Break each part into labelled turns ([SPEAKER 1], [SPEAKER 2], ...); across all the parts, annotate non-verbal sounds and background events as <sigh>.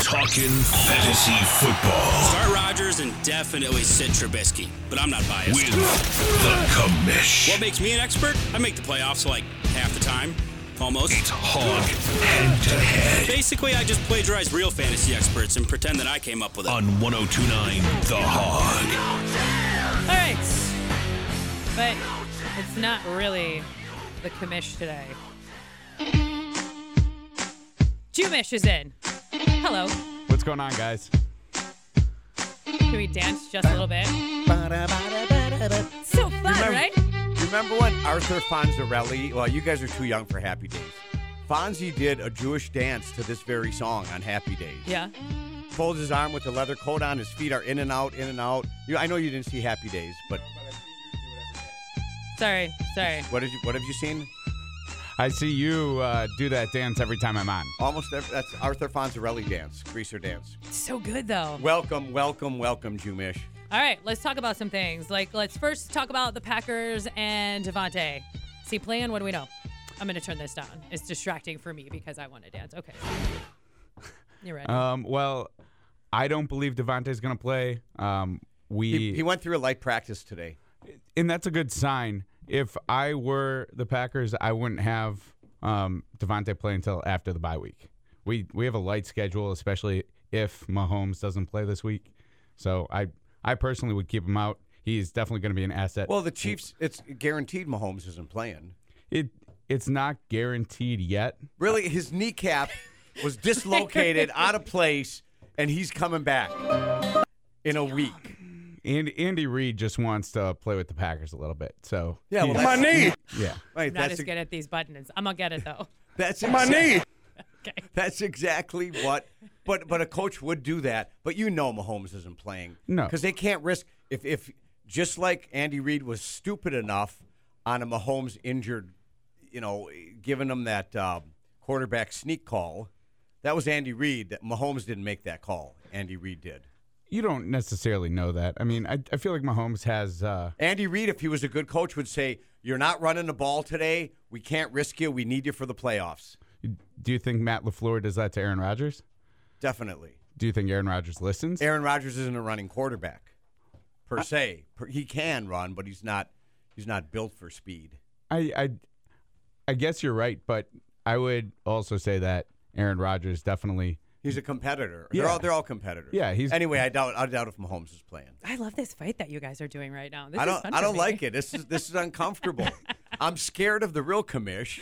[SPEAKER 1] Talking fantasy football
[SPEAKER 2] Start Rodgers and definitely sit Trubisky, but I'm not biased.
[SPEAKER 1] with the commish.
[SPEAKER 2] What makes me an expert? I make the playoffs like half the time, almost.
[SPEAKER 1] It's hog head to head
[SPEAKER 2] Basically, I just plagiarize real fantasy experts and pretend that I came up with it.
[SPEAKER 1] on 1029 The Hog.
[SPEAKER 3] All right. But it's not really the commish today. Jumish is in. Hello.
[SPEAKER 4] What's going on, guys?
[SPEAKER 3] Can we dance just a little bit? So fun, right?
[SPEAKER 5] Remember when Arthur Fonzarelli? Well, you guys are too young for Happy Days. Fonzie did a Jewish dance to this very song on Happy Days.
[SPEAKER 3] Yeah.
[SPEAKER 5] Folds his arm with the leather coat on. His feet are in and out, in and out. You, I know you didn't see Happy Days, but
[SPEAKER 3] Sorry, sorry.
[SPEAKER 5] what did you? What have you seen?
[SPEAKER 4] I see you uh, do that dance every time I'm on.
[SPEAKER 5] Almost every, that's Arthur Fonzarelli dance, greaser dance.
[SPEAKER 3] It's so good though.
[SPEAKER 5] Welcome, welcome, welcome, Jumish.
[SPEAKER 3] All right, let's talk about some things. Like, let's first talk about the Packers and Devontae. See, playing, what do we know? I'm going to turn this down. It's distracting for me because I want to dance. Okay. You're right.
[SPEAKER 4] Um, well, I don't believe Devontae's going to play. Um, we
[SPEAKER 5] He, he went through a light practice today.
[SPEAKER 4] and that's a good sign. If I were the Packers, I wouldn't have um, Devontae play until after the bye week. We we have a light schedule, especially if Mahomes doesn't play this week. So I I personally would keep him out. He's definitely going to be an asset.
[SPEAKER 5] Well, the Chiefs. It's guaranteed Mahomes isn't playing.
[SPEAKER 4] it it's not guaranteed yet.
[SPEAKER 5] Really, his kneecap was dislocated, out of place, and he's coming back in a week.
[SPEAKER 4] And Andy Reid just wants to play with the Packers a little bit. So
[SPEAKER 5] Yeah, well,
[SPEAKER 4] he's-
[SPEAKER 5] my knee.
[SPEAKER 4] yeah.
[SPEAKER 5] Right,
[SPEAKER 3] not
[SPEAKER 5] that's
[SPEAKER 3] as
[SPEAKER 5] ex-
[SPEAKER 3] good at these buttons. I'm gonna get it though.
[SPEAKER 5] That's my knee.
[SPEAKER 3] Okay.
[SPEAKER 5] That's exactly what. But but a coach would do that. But you know Mahomes isn't playing.
[SPEAKER 4] No.
[SPEAKER 5] because they can't risk if if just like Andy Reid was stupid enough on a Mahomes injured, you know, giving him that uh, quarterback sneak call. That was Andy Reid. That Mahomes didn't make that call. Andy Reid did.
[SPEAKER 4] You don't necessarily know that. I mean, I, I feel like Mahomes has uh,
[SPEAKER 5] Andy Reid, if he was a good coach, would say, "You're not running the ball today. We can't risk you. We need you for the playoffs."
[SPEAKER 4] Do you think Matt LaFleur does that to Aaron Rodgers?
[SPEAKER 5] Definitely.
[SPEAKER 4] Do you think Aaron Rodgers listens?
[SPEAKER 5] Aaron Rodgers isn't a running quarterback per se. Per- he can run, but he's not he's not built for speed.
[SPEAKER 4] I, I I guess you're right, but I would also say that Aaron Rodgers definitely
[SPEAKER 5] He's a competitor. They're all they're all competitors.
[SPEAKER 4] Yeah, he's-
[SPEAKER 5] Anyway, I doubt I doubt if Mahomes is playing.
[SPEAKER 3] I love this fight that you guys are doing right now. This
[SPEAKER 5] I
[SPEAKER 3] is
[SPEAKER 5] don't
[SPEAKER 3] fun
[SPEAKER 5] I
[SPEAKER 3] for
[SPEAKER 5] don't
[SPEAKER 3] me.
[SPEAKER 5] like it. This is this
[SPEAKER 3] <laughs>
[SPEAKER 5] is uncomfortable. I'm scared of the real commish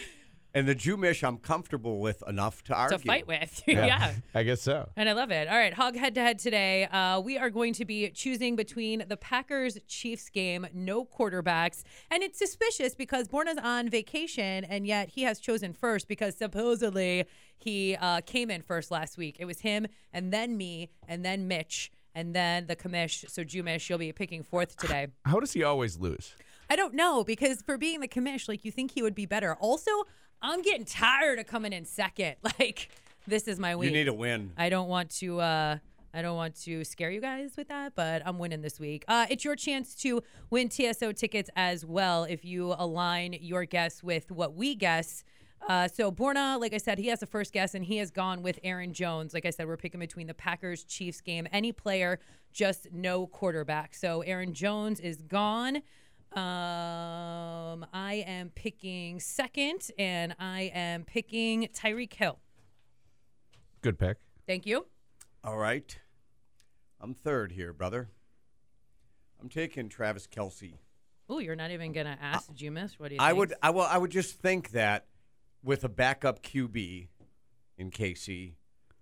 [SPEAKER 5] and the Jew mish I'm comfortable with enough to argue.
[SPEAKER 3] to fight with. <laughs> yeah.
[SPEAKER 4] I guess so.
[SPEAKER 3] And I love it. All right, Hog head to head today. Uh, we are going to be choosing between the Packers Chiefs game, no quarterbacks. And it's suspicious because Borna's on vacation, and yet he has chosen first because supposedly he uh, came in first last week. It was him, and then me, and then Mitch, and then the commish. So, Jumish, you'll be picking fourth today.
[SPEAKER 5] <sighs>
[SPEAKER 3] <laughs>
[SPEAKER 4] How does he always lose?
[SPEAKER 3] I don't know because for being the commish, like you think he would be better. Also, I'm getting tired of coming in second. <laughs> Like this is my week.
[SPEAKER 5] You need a win.
[SPEAKER 3] I don't want to. Uh, I don't want to scare you guys with that, but I'm winning this week. Uh, it's your chance to win TSO tickets as well if you align your guess with what we guess. Uh, so Borna, like I said, he has the first guess, and he has gone with Aaron Jones. Like I said, we're picking between the Packers Chiefs game, any player, just no quarterback. So Aaron Jones is gone. Um, I am picking second, and I am picking Tyreek Hill.
[SPEAKER 4] Good pick.
[SPEAKER 3] Thank you.
[SPEAKER 5] All right. I'm third here, brother. I'm taking Travis Kelsey.
[SPEAKER 3] Oh, you're not even gonna ask Jumis. What do you?
[SPEAKER 5] Uh, I
[SPEAKER 3] think?
[SPEAKER 5] would I will I would just think that with a backup QB in KC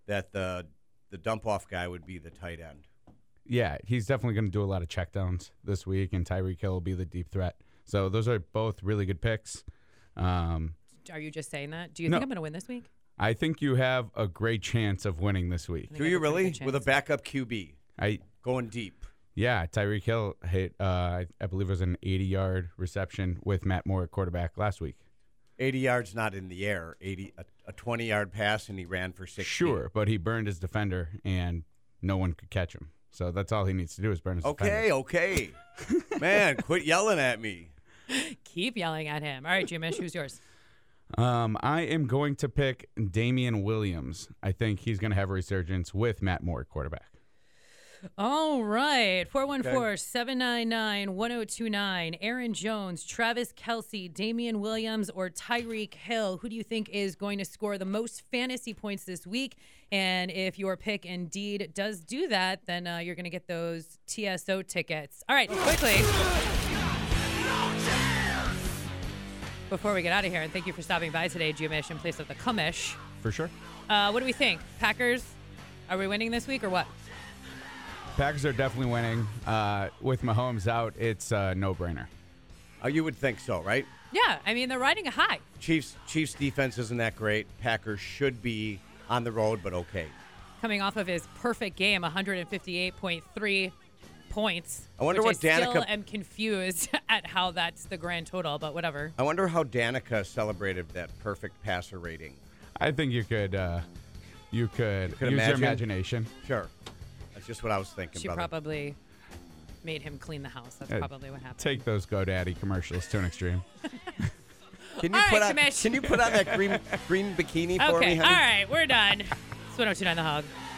[SPEAKER 5] that the the dump off guy would be the tight end.
[SPEAKER 4] Yeah, he's definitely going to do a lot of checkdowns this week, and Tyreek Hill will be the deep threat. So those are both really good picks. Um,
[SPEAKER 3] Are you just saying that? Do you
[SPEAKER 4] No.
[SPEAKER 3] think I'm gonna win this week?
[SPEAKER 4] I think you have a great chance of winning this week.
[SPEAKER 3] think
[SPEAKER 5] Do
[SPEAKER 3] I
[SPEAKER 5] you
[SPEAKER 3] have a pretty
[SPEAKER 5] really?
[SPEAKER 3] good
[SPEAKER 5] With a
[SPEAKER 3] chance.
[SPEAKER 5] backup QB
[SPEAKER 4] I
[SPEAKER 5] going deep.
[SPEAKER 4] Yeah, Tyreek Hill hit, uh, I- I believe it was an 80 yard reception with Matt Moore at quarterback last week.
[SPEAKER 5] 80 yards not in the air. 80 a, a 20 yard pass and he ran for 60.
[SPEAKER 4] Sure, but he burned his defender and no one could catch him. So that's all he needs to do is burn his defender.
[SPEAKER 5] Okay, okay. Man, quit yelling at me.
[SPEAKER 3] Keep yelling at him. All right, Jumis, who's yours?
[SPEAKER 4] Um, I am going to pick Damian Williams. I think he's going to have a resurgence with Matt Moore, at quarterback.
[SPEAKER 3] All right. 414 799 1029. Aaron Jones, Travis Kelsey, Damian Williams, or Tyreek Hill. Who do you think is going to score the most fantasy points this week? And if your pick indeed does do that, then uh, you're going to get those TSO tickets. All right, quickly. Before we get out of here, and thank you for stopping by today, Jumish, in place of the Cumish.
[SPEAKER 4] For sure.
[SPEAKER 3] Uh, what do we think? Packers, are we winning this week or what?
[SPEAKER 4] Packers are definitely winning. Uh, with Mahomes out, it's a no brainer.
[SPEAKER 5] Uh, you would think so, right?
[SPEAKER 3] Yeah, I mean, they're riding a high.
[SPEAKER 5] Chiefs Chiefs defense isn't that great. Packers should be on the road, but okay.
[SPEAKER 3] coming off of his perfect game, 158.3 points.
[SPEAKER 5] I wonder
[SPEAKER 3] which
[SPEAKER 5] what Danica-
[SPEAKER 3] Still am confused <laughs> at how that's the grand total, but whatever.
[SPEAKER 5] I wonder how Danica celebrated that perfect passer rating.
[SPEAKER 4] I think you could uh, you could,
[SPEAKER 5] could
[SPEAKER 4] use
[SPEAKER 5] imagine?
[SPEAKER 4] your imagination.
[SPEAKER 5] Sure, that's just what I was thinking.
[SPEAKER 3] She
[SPEAKER 5] brother.
[SPEAKER 3] probably made him clean the house. That's
[SPEAKER 4] Uh,
[SPEAKER 3] probably what happened.
[SPEAKER 4] Take those GoDaddy commercials to an extreme.
[SPEAKER 5] Can you
[SPEAKER 3] All
[SPEAKER 5] put
[SPEAKER 3] right,
[SPEAKER 5] on?
[SPEAKER 3] Jamesh.
[SPEAKER 5] Can you put on that green green bikini for me?
[SPEAKER 3] okay, all
[SPEAKER 5] honey?
[SPEAKER 3] right, we're done. It's 1029 The Hog.